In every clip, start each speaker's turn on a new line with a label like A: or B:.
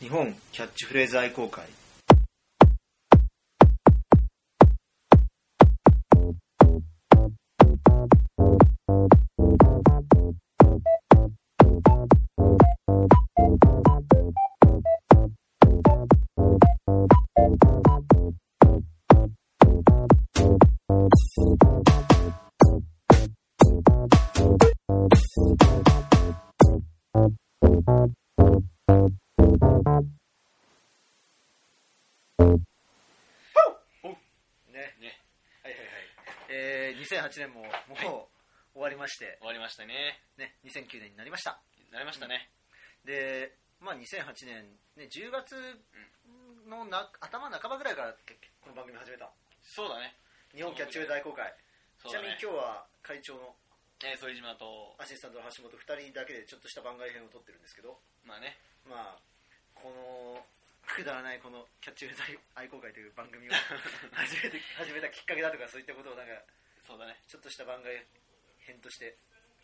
A: 日本キャッチフレーズ愛好会ね
B: ね
A: はいはいはいえー、2008年ももう終わりまして、
B: 終わりましたね
A: ね、2009年になりました
B: なりましたね、
A: で、まあ、2008年、ね、10月のな頭半ばぐらいから結構この番組始めた
B: そうだね
A: 日本キャッチフレーズ愛好会、
B: そう
A: ちなみ
B: だ
A: に
B: ね
A: 今日は会長の
B: えー副島と
A: アシスタントの橋本2人だけでちょっとした番外編を撮ってるんですけど
B: まあね
A: まあこのくだらないこのキャッチフレーズ愛好会という番組を始めて始めたきっかけだとかそういったことをなんか
B: そうだね
A: ちょっとした番外編として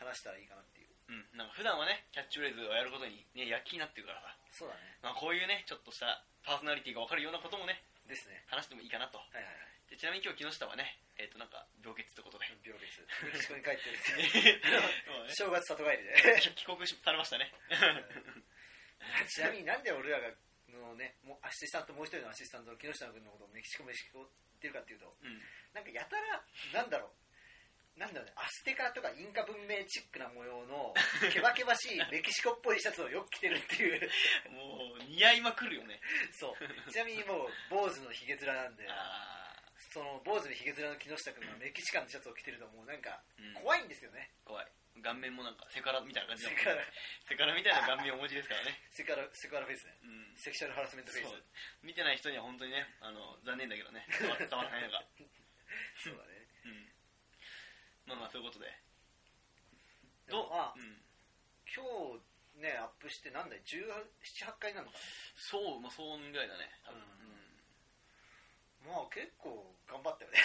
A: 話したらいいかなっていう
B: うんなんか普段はねキャッチフレーズをやることにね躍起になってるからさ、
A: そうだね
B: まあ、こういうねちょっとしたパーソナリティが分かるようなこともね
A: ですね
B: 話してもいいかなと
A: はいはい
B: でちなみに今日木下はねえっ、となんか病欠ってこ とで
A: はい病欠メキシコに帰って
B: そう
A: る
B: だね
A: 正月里帰りで
B: 帰国しされましたね
A: ちなみになんで俺らがのねもうアシスタントもう一人のアシスタントの木下君のことをメキシコメキシコってるかっていうと
B: うん
A: なんかやたらなんだろうなんだろうねアステカとかインカ文明チックな模様のけばけばしいメキシコっぽいシャツをよく着てるっていう
B: もう似合いまくるよね
A: そうちなみにもう坊主のひげ面なんで
B: ああ
A: その坊主のひげ面の木下君がメキシカンのシャツを着てるともうなんか
B: うん
A: 怖いんですよね、
B: 怖い顔面もなんかセカラみたいな感じ
A: セ
B: だもん
A: クハラ
B: セカラみたいな顔面をお持ちですからね
A: セクハラ セクハラフェイスね
B: うん
A: セクシャルハラスメント
B: そ
A: フェイス
B: う見てない人には本当にねあの残念だけどね 伝わらないのが、
A: そうだね
B: うん、まあまあそういうことで
A: でも
B: どう
A: まあ
B: うん、
A: 今日ねアップしてなんだい178回なのか
B: そうまあそうぐらいだね多分
A: なまあ結構頑張った よね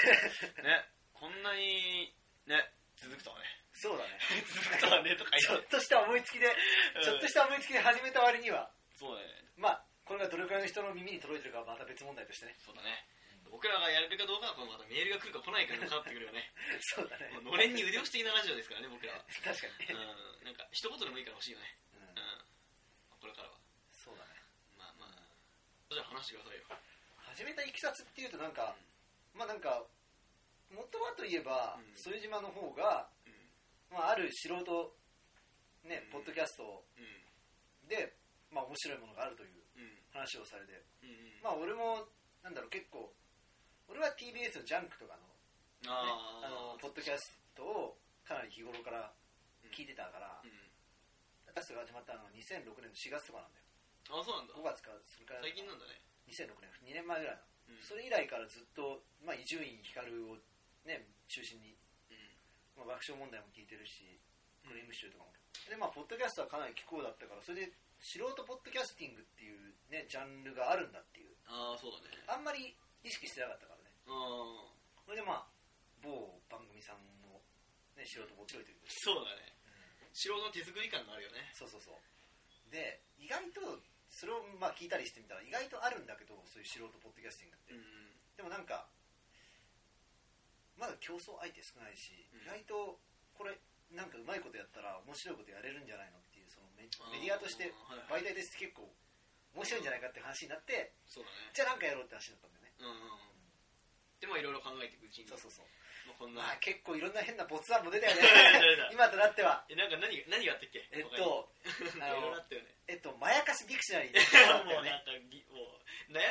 B: うんねこんなにね続くとはね
A: そうだね
B: 続くとはねとか
A: ち
B: 言
A: ょ
B: っ
A: ってとした思いつきでちょっとした思いつきで始めた割には
B: そうだね
A: まあこれがどれくらいの人の耳に届いてるかはまた別問題と してね
B: そうだね僕らがやれるかどうかはこのまたメールが来るか来ないかにもかかってくるよね
A: そうだね
B: もうのれんに腕押し的なラジオですからね僕らは
A: 確か
B: う
A: に、
B: んなんか一言でもいいから欲しいよね
A: うん
B: うんこれからは
A: そうだね
B: まあまあじゃあ話してくださいよ
A: 始めたいきさつっていうとなんか、まあなんか元はといえば
B: うん
A: 副、島の方が、まあ、ある素人ね、
B: うん
A: ポッドキャスト
B: う
A: で、まあ、面白いものがあるというん
B: うん
A: 話をされて
B: うんうん
A: まあ俺もなんだろう結構俺は TBS のジャンクとかのねあのポッドキャストをかなり日頃から聞いてたから、
B: うん
A: ポッドキャストが始まったのは2006年の4月とかなんだよ
B: あそうなんだ
A: 5月かそれから
B: 最近なんだね
A: 2006年2年前ぐらいなの、
B: うん
A: それ以来からずっとまあ伊集院光をね中心に、
B: う
A: まあ、爆笑問題も聞いてるしクリームシチューとかもでまあポッドキャストはかなり気候だったからそれで素人ポッドキャスティングっていうねジャンルがあるんだっていうん
B: ああそうだね
A: あんまり意識してなかったからね
B: ああ
A: それでまあ某番組さんの、ね、素人も面白いということで
B: そうだね素人の手作り感があるよね
A: そうそうそうで意外とそれをまあ聞いたりしてみたら意外とあるんだけどそういう素人ポッドキャスティングって、
B: ん
A: でもなんかまだ競争相手少ないし、
B: う
A: 意
B: ん
A: 外とこれなんかうまいことやったら面白いことやれるんじゃないのっていうそのメメディアとして
B: あーはいは
A: 媒
B: い
A: 体として結構面白いんじゃないかって話になって
B: そうだね
A: じゃあなんかやろうって話になったんだよね、
B: うんうんでもいろいろ考えていくうちに
A: そうそうそう、
B: まあこんな
A: まあ結構いろんな変な没案も出たよね
B: 出た
A: 今となっては
B: えなんか何が何があったっけ
A: えっ
B: 他に
A: とあ
B: いろい
A: の
B: ろあったよね
A: えっと、まやかしディクショナリーっていうのがあった
B: も
A: よ
B: う
A: ね
B: なんかぎもう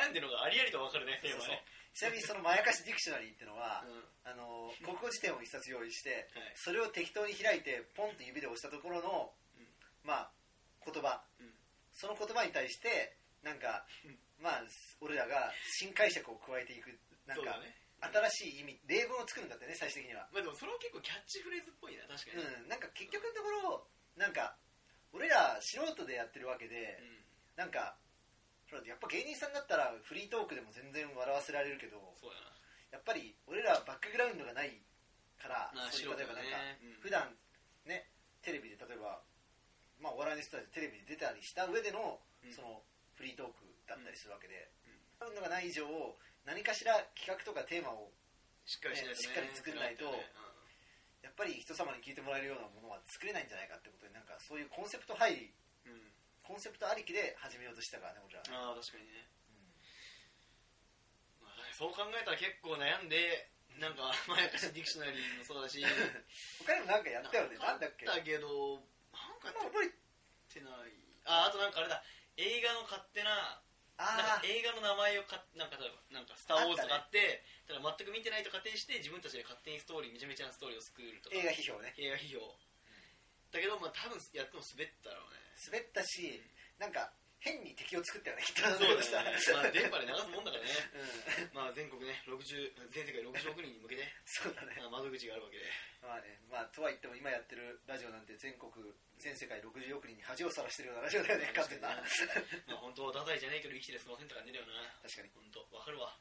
B: 悩んでるのがありありと分かるねテーマね
A: ちなみにそのまやかしディクショナリーってのは、
B: うん
A: あの国語辞典を一冊用意して、
B: はい
A: それを適当に開いてポンと指で押したところの、
B: うん
A: まあ言葉
B: うん
A: その言葉に対してなんか、
B: うん
A: まあ俺らが新解釈を加えていくなん
B: そう
A: か
B: だ、ね
A: 新しい意味例文を作るんだってね最終的には、
B: まあでもそれは結構キャッチフレーズっぽいな確かに
A: うん、なんか結局のところなんか俺ら素人でやってるわけで、
B: うん
A: なんかほらやっぱ芸人さんだったらフリートークでも全然笑わせられるけど
B: そうやな
A: やっぱり俺らバックグラウンドがないから
B: まあ
A: そういう
B: 素
A: 例え
B: 人
A: ばな
B: だ
A: ん
B: ね
A: か、
B: うん
A: 普段ねテレビで例えばまあお笑いの人たちテレビに出たりした上での、
B: うん
A: そのフリートークだったりするわけで、そういうのがない以上何かしら企画とかテーマを
B: しっかりしないとね
A: しっかり作んないと
B: うん
A: やっぱり人様に聞いてもらえるようなものは作れないんじゃないかってことでなんかそういうコンセプト入り
B: うん
A: コンセプトありきで始めようとしたからね俺らは、
B: ああ確かにね、
A: うん
B: まあそう考えたら結構悩んでなんか まやかしディクショナリーもそ うだし
A: 他にもなんかやったよねなんだっけ
B: だけどなんか
A: あん
B: や
A: ま
B: っ
A: 覚え
B: てないああとなんかあれだ映画の勝手ななん
A: あ
B: か映画の名前をかなんか例えばなんかスター・ウォーズとかあってただ全く見てないと仮定して自分たちで勝手にストーリーめちゃめちゃなストーリーを作ると
A: ー
B: か
A: 映画批評ね
B: 映画批評だけどまあ多分やっても滑ったろうね
A: 滑ったしなんか変に敵を作ったよねきっ
B: そう
A: と
B: だね
A: したら、
B: ま あ電波
A: うん
B: で流すもんだからねまあ全国ね60全世界60億人に向け て
A: そうだね
B: まあ窓口があるわけで
A: まあねまあとは言っても今やってるラジオなんて全国全世界60億人に恥をさらしてるようなラジオだよね勝手な
B: まあ本当は太宰じゃないけど生きてすませんとかねだよな
A: 確かに
B: 本当わかるわ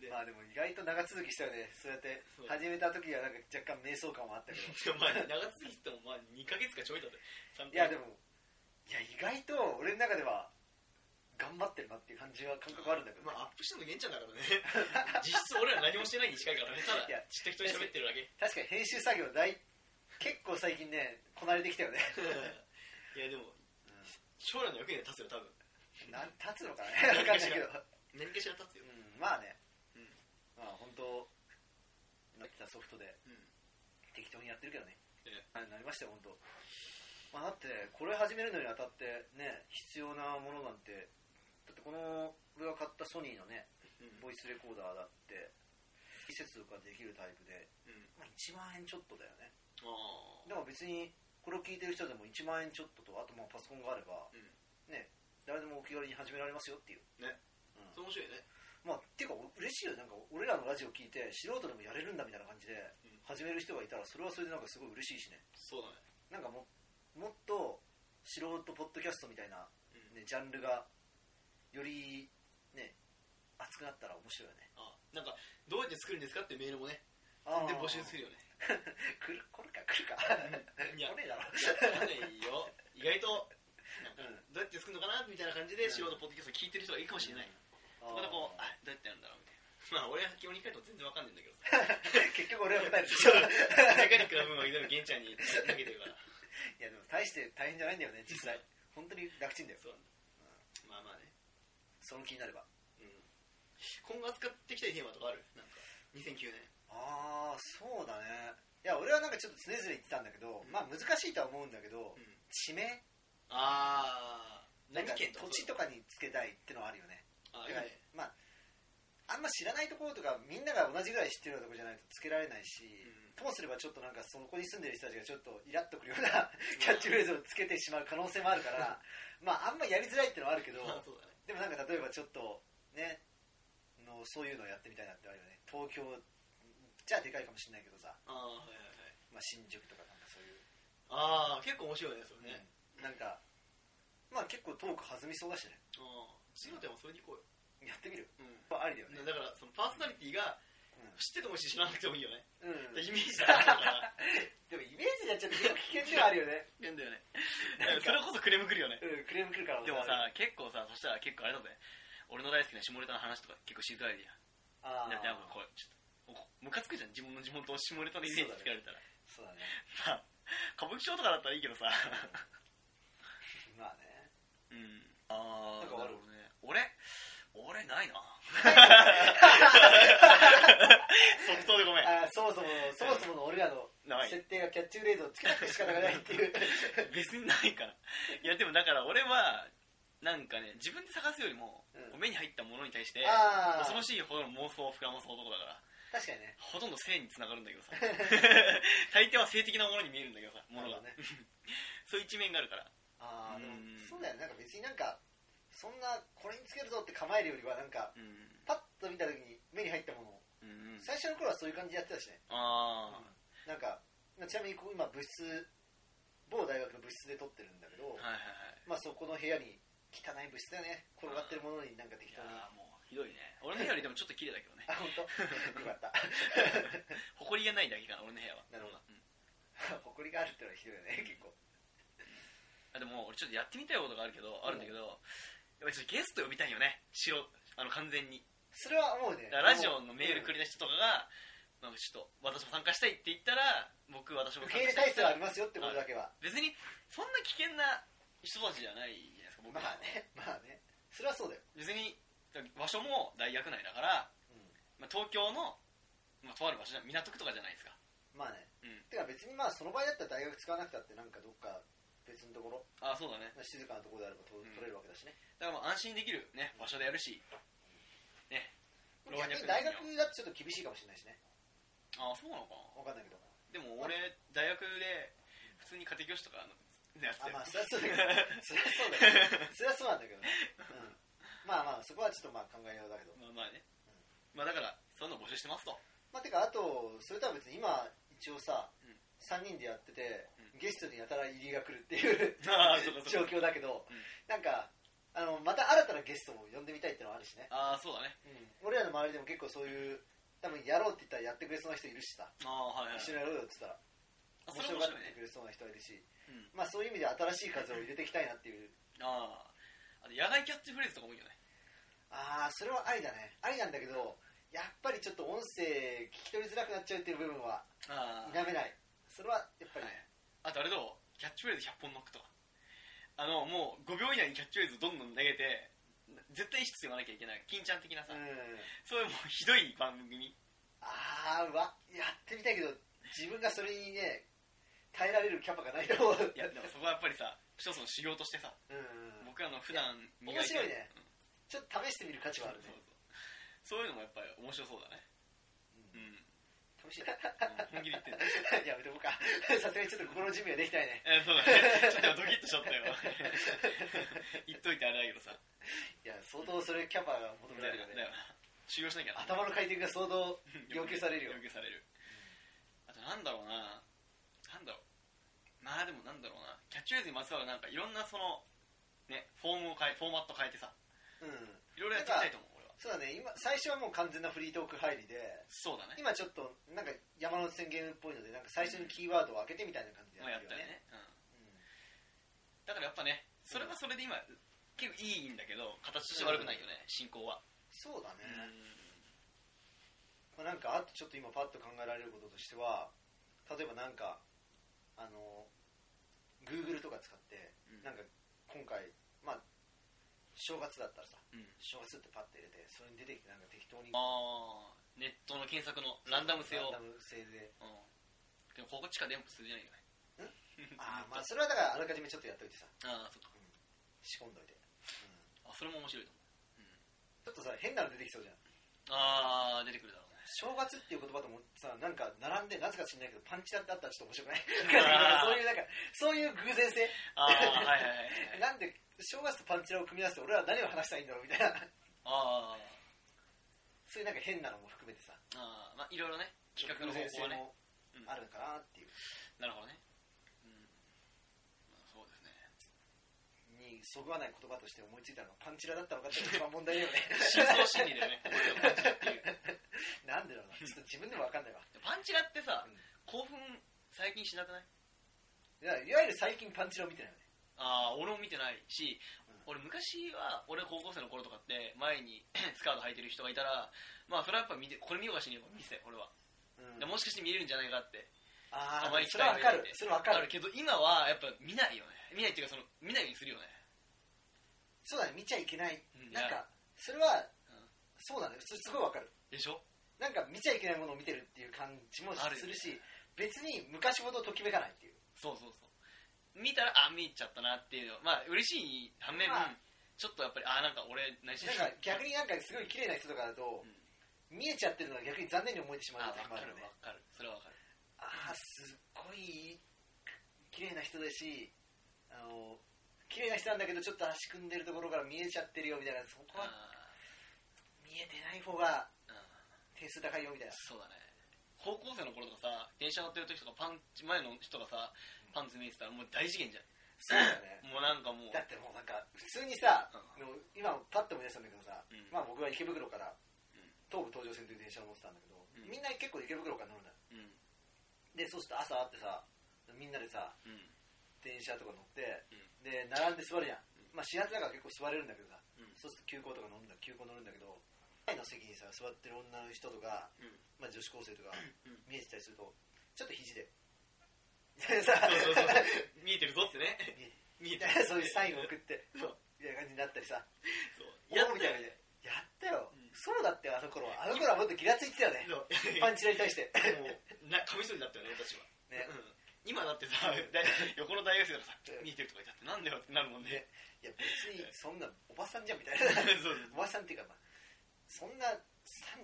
B: で
A: まあでも意外と長続きしたよねそうやって
B: そう
A: 始めた時はなんか若干迷走感はあったけど
B: でもまあ長すぎてもまあ2ヶ月かちょいだって
A: いやでもいや意外と俺の中では頑張ってるなっていう感じは感覚あるんだけど、
B: まあアップしたの玄ちゃんだからね実質俺ら何もしてないに近いからねただ
A: いや
B: ちっと一人喋ってるだけ
A: 確かに編集作業大結構最近ねこなれてきたよね
B: いやでも将来の役には立つよ多分
A: なん立つのかね 分かんないけど、
B: 何かしら立つ
A: う
B: よ、
A: ん、まあね、
B: うん
A: まあ本当なってたソフトで
B: うん、
A: 適当にやってるけどね
B: ええ
A: あれになりましたよ本当。まあだってこれ始めるのにあたってね必要なものなんてだってこの俺が買ったソニーのね
B: うん
A: ボイスレコーダーだって季節とかできるタイプで、
B: うん
A: まあ、1万円ちょっとだよね
B: あ
A: でも別にこれを聞いてる人でも1万円ちょっととあとまあパソコンがあれば
B: あうん
A: ね誰でもお気軽に始められますよっていう
B: ね
A: う
B: それ面白いね
A: ん、まあていうかお嬉しいよなんか俺らのラジオ聞いて素人でもやれるんだみたいな感じで
B: ん
A: 始める人がいたらそれはそれでなんかすごい嬉しいしね
B: そうだね
A: なんかももっと素人ポッドキャストみたいな、
B: うん
A: ね、ジャンルがよりね熱くなったら面白いよね
B: あなんかどうやって作るんですかってメールもね
A: あー
B: で募集するよね
A: 来る来るか来るか
B: いや
A: 来ねえだろ
B: わかんないよ意外となんか
A: うん
B: どうやって作るのかなみたいな感じで素人ポッドキャスト聞いてる人がいるかもしれないそこでこうあどうやってやるんだろうみたいなまあ俺は基本に書いても全然わかんないんだけどさ
A: 結局俺は答えてしまう
B: メカニックな部分はでも玄ちゃんに投げてるから
A: いやでも大して大変じゃないんだよね実際本当に楽ちんだよ
B: そうなんだまあまあね
A: その気になれば
B: うん今後扱っていきたいテーマとかあるなんか2009年
A: ああそうだねいや俺はなんかちょっと常々言ってたんだけど、まあ難しいとは思うんだけど、
B: うん
A: 地名
B: ああ
A: なん
B: 何
A: か
B: 県
A: 土地とかにつけたいってのはあるよね
B: あ
A: だ
B: いい
A: から
B: ね
A: まああんま知らないところとかみんなが同じぐらい知ってるようなところじゃないとつけられないし、
B: うん
A: ともすればちょっとなんかそこに住んでる人たちがちょっとイラッとくるようなキャッチフレーズをつけてしまう可能性もあるからまああんまやりづらいってのはあるけど
B: まあそうだね
A: でもなんか例えばちょっとねのそういうのをやってみたいなってあるよね東京じゃあでかいかもしれないけどさ、
B: ああはいはいはい
A: まあ、新宿とかなんかそういう、
B: ああ結構面白いねそれね、
A: うんなんかまあ結構トーク弾みそうだしね
B: ああ次のテーマそれに行こうよ、
A: やってみる
B: うん
A: ありだよね、
B: だからそのパーソナリティが知っててもいいし知らなくてもいいよね、
A: うんうん、
B: イメージだから
A: でもイメージになっちゃって結構危険ではあるよね
B: なんだよね
A: なんか
B: それこそクレームくるよね
A: うんクレーム来るから
B: でもさ結構さそしたら結構あれだぜ俺の大好きな下ネタの話とか結構しづらいじゃ
A: あ
B: ん
A: ー
B: だってなんかこうちょっとムカつくじゃん自分の地元の下ネタのイメージつけられたら、
A: そうだね
B: まあ歌舞伎町とかだったらいいけどさ
A: まあね
B: うんあ
A: ー
B: なるほどね俺俺ない な即答でごめん
A: あーそ もそものそもそもの俺らの
B: ない
A: 設定がキャッチフレーズをつけなくて仕方がないって いう
B: 別にないからいやでもだから俺はなんかね自分で探すより
A: う
B: も、
A: ん
B: 目に入ったものに対して
A: あー
B: 恐ろしいほどの妄想を膨らます男だから
A: 確かにね
B: ほとんど性につながるんだけど さ大抵は性的なものに見えるんだけどさもの
A: な
B: が、
A: るほどね
B: そういう一面があるから
A: ああでも
B: うん
A: そうだよねなんか別になんかそんなこれにつけるぞって構えるよりはなんか
B: うん
A: パッと見た時に目に入ったものを
B: うんうん
A: 最初の頃はそういう感じでやってたしね
B: あ
A: なんかまあちなみにこう今部室某大学の部室で撮ってるんだけど
B: あ、はいはい
A: まあそこの部屋に汚い部室だよね転がってるものになんか適当
B: はいい
A: に
B: やーもうひどいね俺の部屋よりでもちょっと綺麗だけどね
A: あ本 当よかった
B: 埃がないだけかな俺の部屋は
A: なるほど
B: うん
A: 誇りがあるってのはひどいよね結構
B: あでも俺ちょっとやってみたいことがあるけどあるんだけどやっぱりちょっとゲスト呼びたいよねしろあの完全に
A: それは思うね
B: だからラジオのメールくれた人とかが、なんかちょっと私も参加したいって言ったら僕私
A: うん
B: も
A: 受
B: 参
A: け入
B: 加
A: れ体
B: したい
A: 制はありますよってことだけは、
B: 別にそんな危険な人たちじゃないじゃないですか僕
A: まあね まあねそれはそうだよ、
B: 別に場所も大学内だから、
A: うん
B: まあ、東京の、まあ、とある場所じゃ港区とかじゃないですか
A: まあね、
B: うん
A: てか別にまあその場合だったら大学使わなくたってなんかどっか別のところ
B: ああそうだね
A: 静かなところであればと取れるわけだしね、
B: だからもう安心できる、ね、場所でやるしね
A: でも逆に大学だとちょっと厳しいかもしれないしね
B: ああそうなのかな
A: わかんないけど
B: でも俺大学で普通に家庭教師とかあのやって
A: あ
B: たよ
A: まあそりゃそうだけどそりゃそうだけどそりゃそうなんだけどね、うん、まあまあそこはちょっとまあ考えようだけど
B: まあまあね、まあだからそういうの募集してますと
A: まあてかあとそれとは別に今一応さ、
B: うん
A: 三3人でやってて、
B: う
A: ゲストにやたら入りが来るっていう
B: あーそうか
A: 状
B: そうか
A: 況だけど、
B: うん
A: なんかあのまた新たなゲストも呼んでみたいってのはあるしね、
B: ああそうだね
A: うん、俺らの周りでも結構そういう多分やろうって言ったらやってくれそうな人いるしさ
B: ああはいはい
A: 一緒にやろうよって言ったら
B: あ
A: 面
B: それ
A: 白
B: 面
A: がっ
B: 白い
A: て
B: ね
A: くれそうな人はいるし、
B: うん
A: まあそういう意味で新しい風を入れていきたいなっていう
B: あああと野外キャッチフレーズとかもいいよね
A: ああそれはありだねありなんだけどやっぱりちょっと音声聞き取りづらくなっちゃうっていう部分は
B: あ
A: 否めないそれはやっぱり、
B: はいあとあれどうキャッチフレーズ100本ノックとかあのもう5秒以内にキャッチフレーズどんどん投げて絶対意識して言わなきゃいけない金ちゃん的なさ、
A: うん
B: そういうもうひどい番組
A: ああわやってみたいけど自分がそれにね耐えられるキャパがないと思う
B: いやでもそこはやっぱりさ一つの修行としてさ
A: うん
B: 僕らの普段磨
A: 面白いね
B: うん
A: ちょっと試してみる価値はあるね
B: そうそうそういうのもやっぱり面白そうだね
A: う
B: うん、
A: 試してみる
B: 本気で言ってんだ
A: やめとこうかさすがにちょっと心の準備はできないね
B: えそうだねちょっとドキッとしちゃったよ 言っといてあれだけどさ
A: いや相当それキャパが求められるよ
B: だ
A: ね
B: よな修行しなきゃな
A: 頭の回転が相当要求されるよ
B: 要求されるあとなんだろうななんだろうまあでもなんだろうなキャッチフレーズにまつわるなんかいろんなそのねフォームを変えフォーマット変えてさ
A: うん
B: いろいろやっていきたいと思う俺は
A: そうだね今最初はもう完全なフリートーク入りで
B: そうだね
A: 今ちょっとなんか山手線ゲームっぽいのでなんか最初にキーワードを開けてみたいな感じで
B: まあやったよね、うん、だからやっぱねそれはそれで今結構いいんだけど形として悪くないよね進行は
A: うんそうだね、
B: う
A: まあ、なんかあとちょっと今パッと考えられることとしては例えばなんかあの Google とか使って、
B: うん
A: なんか今回まあ正月だったらさ
B: ん
A: 正月ってパッて入れてそれに出てきてなんか適当に
B: ああネットの検索のランダム性を
A: ランダム性 で
B: うんでもここしか電波通じないよね
A: ああまあそれはだからあらかじめちょっとやっといてさ
B: ああそっか
A: 仕込んどいて、うん
B: あそれも面白いと思
A: ちょっとさ変なの出てきそうじゃん
B: うああ出てくるだろうね
A: 正月っていう言葉ともさなんか並んでなぜか知んないけどパンチだってあったらちょっと面白くない
B: あー
A: そういう なんかそういう偶然性
B: ああ はいはいはいはい
A: なんで正月とパンチラを組み合わせて俺は何を話したらいいんだろうみたいな
B: あー
A: そういうなんか変なのも含めてさ
B: あーまあいろいろね企画の方
A: 偶然性
B: 向はね
A: もあるのかなっていう
B: なるほどねうんまあそうですね
A: にそぐわない言葉として思いついたのがパンチラだったのかっていうのが一番問題だよね
B: 真相心理だよねこれがパンチラっていう
A: なんでだろうなちょっと自分でも分かんないわ
B: でもパンチラってさ
A: うん
B: 興奮最近しなくない
A: いやいわゆる最近パンチラを見てないよね
B: ああ俺も見てないし、
A: う
B: 俺昔は俺高校生の頃とかって前に スカート履いてる人がいたらまあそれはやっぱ見てこれ見ようがしねえよ見せ俺は、
A: うん
B: でもしかして見れるんじゃないかって
A: ああ
B: あまり期
A: それは
B: 待
A: 分か
B: がな
A: る
B: くて
A: それは分か
B: あ
A: る
B: るけど今はやっぱ見ないよね見ないっていうかその見ないようにするよね
A: そうだね見ちゃいけない
B: うん
A: なん
B: い
A: かそれは
B: うん
A: そうだねそれすごい分かる
B: でしょ
A: なんか見ちゃいけないものを見てるっていう感じも
B: あるよね
A: するし別に昔ほどときめかないっていう
B: そうそうそう見たらあ見入っちゃったなっていうのまあ嬉しい反面、
A: まあ
B: ちょっとやっぱりあなんか俺何して
A: なん
B: ん
A: か
B: の
A: 逆になんかすごい綺麗な人とかだと、見えちゃってるのが逆に残念に思えてしま
B: あ
A: うっていうの
B: 分
A: もあ
B: か
A: る
B: る
A: よね
B: 分かるそれは分かる
A: ああすっごい綺麗な人だしあの綺麗な人なんだけどちょっと足組んでるところから見えちゃってるよみたいなそこは
B: あ
A: 見えてない方が
B: ーうん
A: 点数高いよみたいな
B: そうだね高校生の頃とかさ電車乗ってる時とかパンチ前の人がさパンツ見えてたらもう大事件じゃん
A: そうだね
B: もうなんかもう
A: だってもうなんか普通にさ、
B: う
A: の今パッと思い出したんだけどさ、
B: うん
A: まあ僕は池袋から
B: うん
A: 東武東上線という電車を乗ってたんだけど、
B: うん
A: みんな結構池袋から乗るんだよ
B: うん
A: でそうすると朝会ってさみんなでさ
B: うん
A: 電車とか乗って、
B: うん
A: で並んで座るじゃん、まあ、始発だから結構座れるんだけどさ、
B: う ん
A: そうすると休校とか乗るんだ休校乗るんだけど前の席にさ座ってる女の人とか、
B: うん
A: まあ、女子高生とか
B: うん
A: 見えてたりするとちょっと肘で でさ
B: そうそうそう見えてるぞってね
A: 見え
B: 見えて
A: て
B: る
A: そういうサインを送って
B: そう
A: みたいな感じになったりさ
B: そうやったよ
A: ねやったよ、
B: うん
A: そうだってあの頃はあの頃はもっとギラついてたよね
B: そう
A: パンチラに対 して
B: もうなカミソリだったよね私は、
A: ね
B: うん今だってさだ横の大学生がさ見えてるとか言ってなんだよってなるも んね
A: ねいや別にそんなおばさんじゃんみたい
B: そう
A: な
B: そう
A: おばさんっていうかまあそんな30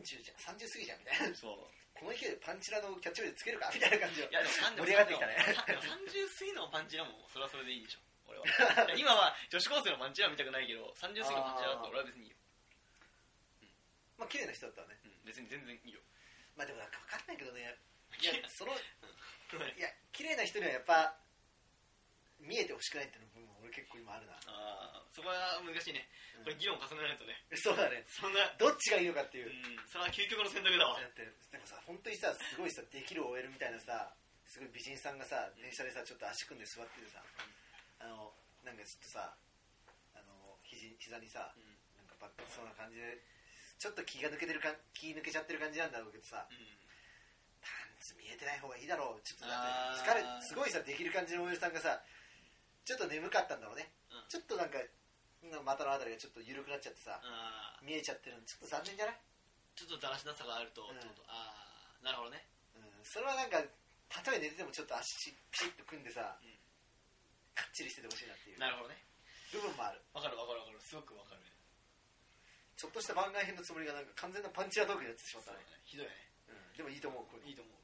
A: じゃん30過ぎじゃんみたいな
B: そう
A: この勢いでパンチラのキャッチフレーズつけるか みたいな感じを
B: いやでも
A: 盛り上がってきたね
B: 30過ぎのパンチラもそれはそれでいいでしょ俺 は今は女子高生のパンチラは見たくないけど30過ぎのパンチラだと俺は別にいいよ、
A: まあ綺麗な人だったわね
B: うん、別に全然いいよ
A: まあでもなんか分かんないけどねいやそのい
B: はい
A: や綺麗な人にはやっぱ見えてほしくないっていうのも俺結構今あるな、
B: あーそこは難しいね
A: うん
B: これ議論重ねないとね
A: そうだね
B: そんな
A: どっちがいいのかっていうう、
B: んそれは究極の選択だわ
A: だってでもさ本当にさすごいさできる OL みたいなさすごい美人さんがさ電車でさちょっと足組んで座っててさあのなんかちょっとさあの肘膝にさ
B: うん
A: なんかバックそうな感じでちょっと気が抜けてるか気抜けちゃってる感じなんだろうけどさ
B: うん
A: パンツ見えてない方がいいだろうちょっとだ
B: あ
A: っ
B: ー
A: て疲れすごいさできる感じの OL さんがさちょっと眠かったんだろうね、
B: うん
A: ちょっとなんか股のあたりがちょっと緩くなっちゃってさ
B: あー
A: 見えちゃってるのちょっと残念じゃない
B: ちょっとだらしなさがあると、
A: うん
B: ってことああなるほどね
A: うんそれはなんか例え寝ててもちょっと足ピシッと組んでさ、
B: うん
A: かっちりしててほしいなっていう
B: なるほどね
A: 部分もある
B: わかるわかるわかるすごくわかる
A: ちょっとした番外編のつもりがなんか完全なパンチラトークになってしまった
B: そうだ
A: ね、
B: ねひどいね
A: うんでもいいと思うこれ
B: いいと思う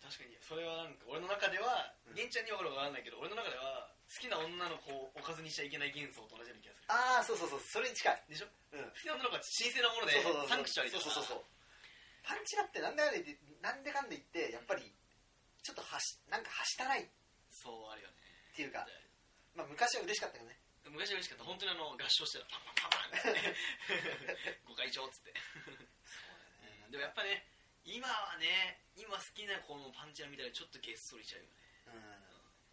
B: 確かにそれはなんか俺の中では
A: うん
B: 源ちゃんに分かるか分かんないけど俺の中では好きな女の子をおかずにしちゃいけない幻想と同じような気がす
A: ああそう
B: る
A: そうそうそれに近い、
B: でしょ
A: うん、
B: 好きな女の子は神聖なもので
A: そうそうそう
B: サンクチュアリだ
A: そう
B: か
A: そう
B: ら
A: そうそうパンチラってなんだかんだ言ってなんでかんだ言ってやっぱりちょっとはしなんかはしたないっ
B: そうあるよね
A: ていうか、まあ、昔は嬉しかったけどね
B: 昔は嬉しかった本当にあの合唱してたパンパンパンパンって ご会長っつって
A: そうだ
B: でもやっぱね今はね今好きな子のパンチラ見たらちょっとげっそりしちゃうよね
A: うん、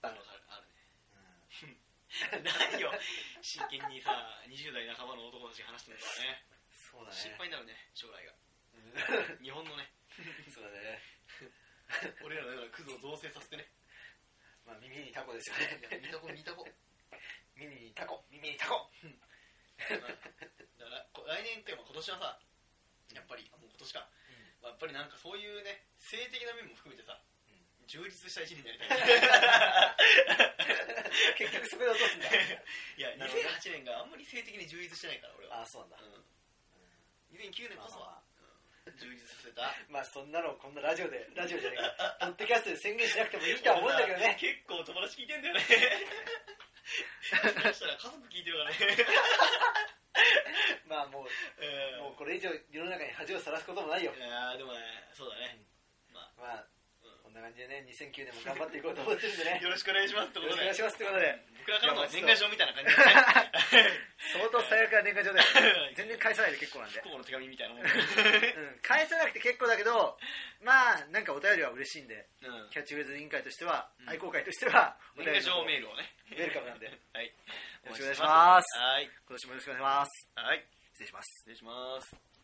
B: あるあるあるねないよ真剣にさ20代半ばの男たちが話してるからね
A: そうだね
B: 心配になるね将来が
A: うん
B: 日本のね
A: そうだね
B: 俺らのようなクズを造成させてね
A: まあ耳にタコですよ
B: いや
A: ね
B: 似た子似た子
A: 耳にタコ耳にタコ
B: だからこ来年っていうか今年はさやっぱりあもう今年か、まあやっぱりなんかそういうね性的な面も含めてさ、充実した一年になりたい ね
A: 結局そこで落と すんだ
B: いや
A: なるほど
B: 2008年があんまり性的に充実してないから俺は
A: あそうなんだ、
B: うん2009年こそは、うん充実させた
A: まあそんなのをこんなラジオでラジオじゃねえかポッドキャストで宣言しなくてもいいとは思うんだけど ね
B: 結構友達聞いてん だよね そしたら家族聞いてるからね、
A: まあもうもうこれ以上世の中に恥をさらすこともないよ
B: いやーでもねそうだね、
A: まあ
B: う
A: こんな感じでね2009年も頑張っていこうと思ってるんでね
B: んよろしくお願いしますって
A: よ
B: こ
A: ろしくお
B: と
A: 願
B: で
A: いしますってことで
B: 僕らからの年賀状みたいな感じでね
A: 相当最悪な年賀状だよね全然返さないで結構なん で、う
B: 不幸の手紙みたいなもん
A: ん、返さなくて結構だけどまあなんかお便りは嬉しいんで
B: うん
A: キャッチフレーズ委員会としては、
B: うん
A: 愛好会としてはお便
B: 年賀
A: りの方
B: 状メールをね
A: ウェルカムなんでよ
B: はい
A: ろしくお願いします
B: はい
A: 今年もよろしくお願いします
B: はい
A: 失礼します
B: 失礼します